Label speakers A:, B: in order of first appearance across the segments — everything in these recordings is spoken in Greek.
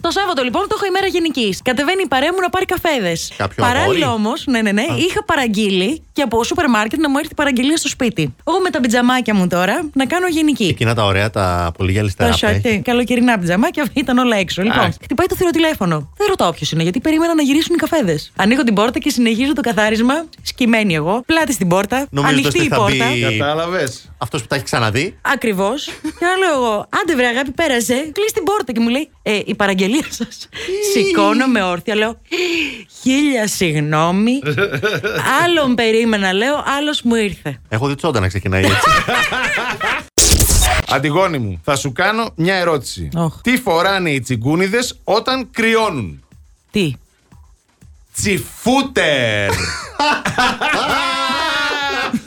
A: Το Σάββατο λοιπόν το είχα ημέρα γενικής. Κατεβαίνει η παρέα μου να πάρει καφέδες.
B: Κάποιο
A: Παράλληλα
B: αγόρι?
A: όμως, ναι, ναι, ναι, είχα παραγγείλει και από σούπερ μάρκετ να μου έρθει παραγγελία στο σπίτι. Εγώ με τα πιτζαμάκια μου τώρα να κάνω γενική.
B: Εκείνα τα ωραία, τα πολύ
A: Τα
B: γυαλιστερά. που έχει.
A: σακέ, καλοκαιρινά πιτζαμάκια, ήταν όλα έξω. Λοιπόν, χτυπάει το θηροτηλέφωνο. Δεν ρωτάω ποιος είναι, γιατί περίμενα να γυρίσουν οι καφέδες. Ανοίγω την πόρτα και συνεχίζω το καθάρισμα, σκυμμένη εγώ, πλάτη στην πόρτα,
B: Νομίζοντας
A: ανοιχτή
B: τι
A: η
B: θα
A: πόρτα.
B: μπει.
C: Κατάλαβες.
B: Αυτός που τα έχει ξαναδεί.
A: Ακριβώς. και να λέω εγώ, άντε βρε αγάπη, πέρασε. Κλείσει την πόρτα και μου λέει, ε, η παραγγελία σας. Σηκώνω με όρθια, λέω, χίλια συγγνώμη. Άλλον περίμενα, λέω, άλλος μου ήρθε.
B: Έχω δει τσόντα να ξεκινάει έτσι.
C: Αντιγόνη μου, θα σου κάνω μια ερώτηση.
A: Οχ.
C: Τι φοράνε οι τσιγκούνιδες όταν κρυώνουν.
A: Τι.
C: Τσιφούτερ!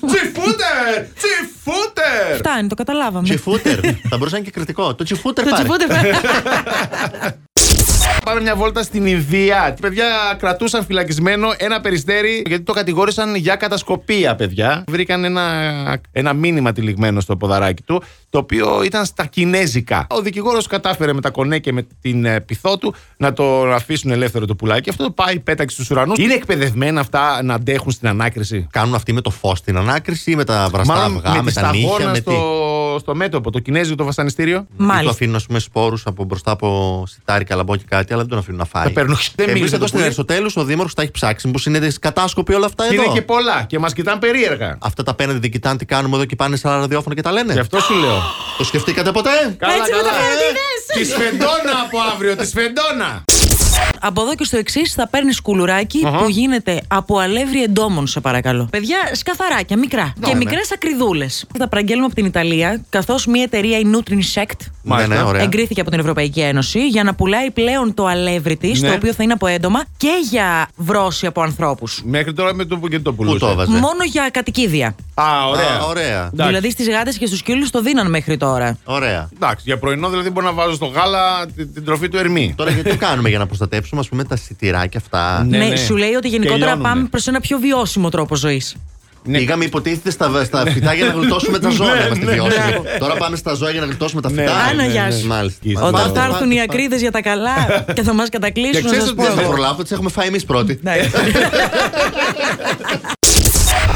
C: Τσιφούτερ! Τσιφούτερ!
A: Φτάνει, το καταλάβαμε.
B: τσιφούτερ. θα μπορούσε να είναι και κριτικό. Το τσιφούτερ
A: Το
B: πάρε.
A: τσιφούτε,
C: Πάμε μια βόλτα στην Ινδία. Τι παιδιά κρατούσαν φυλακισμένο ένα περιστέρι γιατί το κατηγόρησαν για κατασκοπία, παιδιά. Βρήκαν ένα, ένα μήνυμα τυλιγμένο στο ποδαράκι του, το οποίο ήταν στα κινέζικα. Ο δικηγόρος κατάφερε με τα κονέ και με την ε, πυθό του να το αφήσουν ελεύθερο το πουλάκι. Αυτό το πάει, πέταξε στους ουρανούς. Είναι εκπαιδευμένα αυτά να αντέχουν στην ανάκριση.
B: Κάνουν αυτοί με το φως στην ανάκριση, με τα βραστά
C: Μάλλον
B: αυγά,
C: με τη
B: με τα νύχια,
C: σταγόνα
B: με τι.
C: στο, στο μέτωπο, το κινέζικο το βασανιστήριο.
B: Ή το
A: Μάλιστα.
B: αφήνουν, ας πούμε, σπόρους από μπροστά από σιτάρι, καλαμπόκι κάτι, αλλά δεν τον αφήνουν να φάει.
C: Τα παίρνουν και δεν
B: Εμείς
C: μίλησε
B: εδώ
C: το
B: στην
C: πουλί.
B: Αριστοτέλους ο Δήμαρχος τα έχει ψάξει. Πώ είναι κατάσκοποι όλα αυτά
C: Και
B: εδώ.
C: είναι και πολλά και μας κοιτάνε περίεργα.
B: Αυτά τα παίρνετε, δεν κοιτάνε τι κάνουμε εδώ και πάνε σε άλλα ραδιόφωνα και τα λένε.
C: Γι' αυτό σου λέω.
B: Το σκεφτήκατε ποτέ.
A: Έτσι με τα χαρακτηρές.
C: Τη σφεντόνα Ε, από αύριο, τη σφεντόνα.
A: Από εδώ και στο εξής θα παίρνεις που γίνεται από αλεύρι εντόμων, σε παρακαλώ. Παιδιά, σκαθαράκια, μικρά. και
B: ναι.
A: μικρές ακριδούλες. Τα παραγγέλνουμε από την Ιταλία, καθώς μια εταιρεία, η Nutrisect,
B: Ναι, ναι,
C: Μάλιστα.
B: ωραία.
A: Εγκρίθηκε από την Ευρωπαϊκή Ένωση για να πουλάει πλέον το αλεύρι της,
C: Ναι.
A: το οποίο θα είναι από έντομα και για βρόση από ανθρώπους.
C: Μέχρι τώρα με το που και το
B: Πού το
C: πουλούσα.
B: έβαζες.
A: Μόνο για κατοικίδια.
C: Α, ωραία.
B: Α, ωραία.
C: ναι. Εντάξει.
A: Δηλαδή στις γάτες και στους σκύλου το δίναν μέχρι τώρα.
B: Ωραία.
C: Εντάξει, για πρωινό δηλαδή μπορώ να βάζω στο γάλα τη- την τροφή του Ερμή.
B: Τώρα γιατί το κάνουμε για να προστατεύσουμε, ας πούμε, τα σιτηράκια αυτά.
C: Ναι, ναι.
A: σου λέει ότι
C: Και
A: γενικότερα
C: λιώνουνε.
A: πάμε προς ένα πιο βιώσιμο τρόπο ζωής.
C: Ναι.
B: Πήγαμε υποτίθεται στα, στα φυτά για να γλιτώσουμε τα ζώα.
C: Ναι,
B: Είμαστε
C: ναι,
B: βιώσιμοι. Τώρα πάμε στα ζώα για να γλιτώσουμε τα
C: Ναι,
B: φυτά.
A: ναι, ναι, ναι. Άνα, γεια σου.
B: Μάλιστα.
C: Όταν
B: Μάλιστα.
A: Όταν
C: πάτε,
A: θα
B: Μάλιστα.
A: έρθουν οι ακρίδες για τα καλά και θα μας
C: Και
A: κατακλείσουν, να
C: ξέρεις
A: σα
C: ότι
A: πω.
C: δεν
B: Θα
C: θα
A: εγώ.
B: προλάβω, τις έχουμε φάει εμείς πρώτοι.
A: Ναι.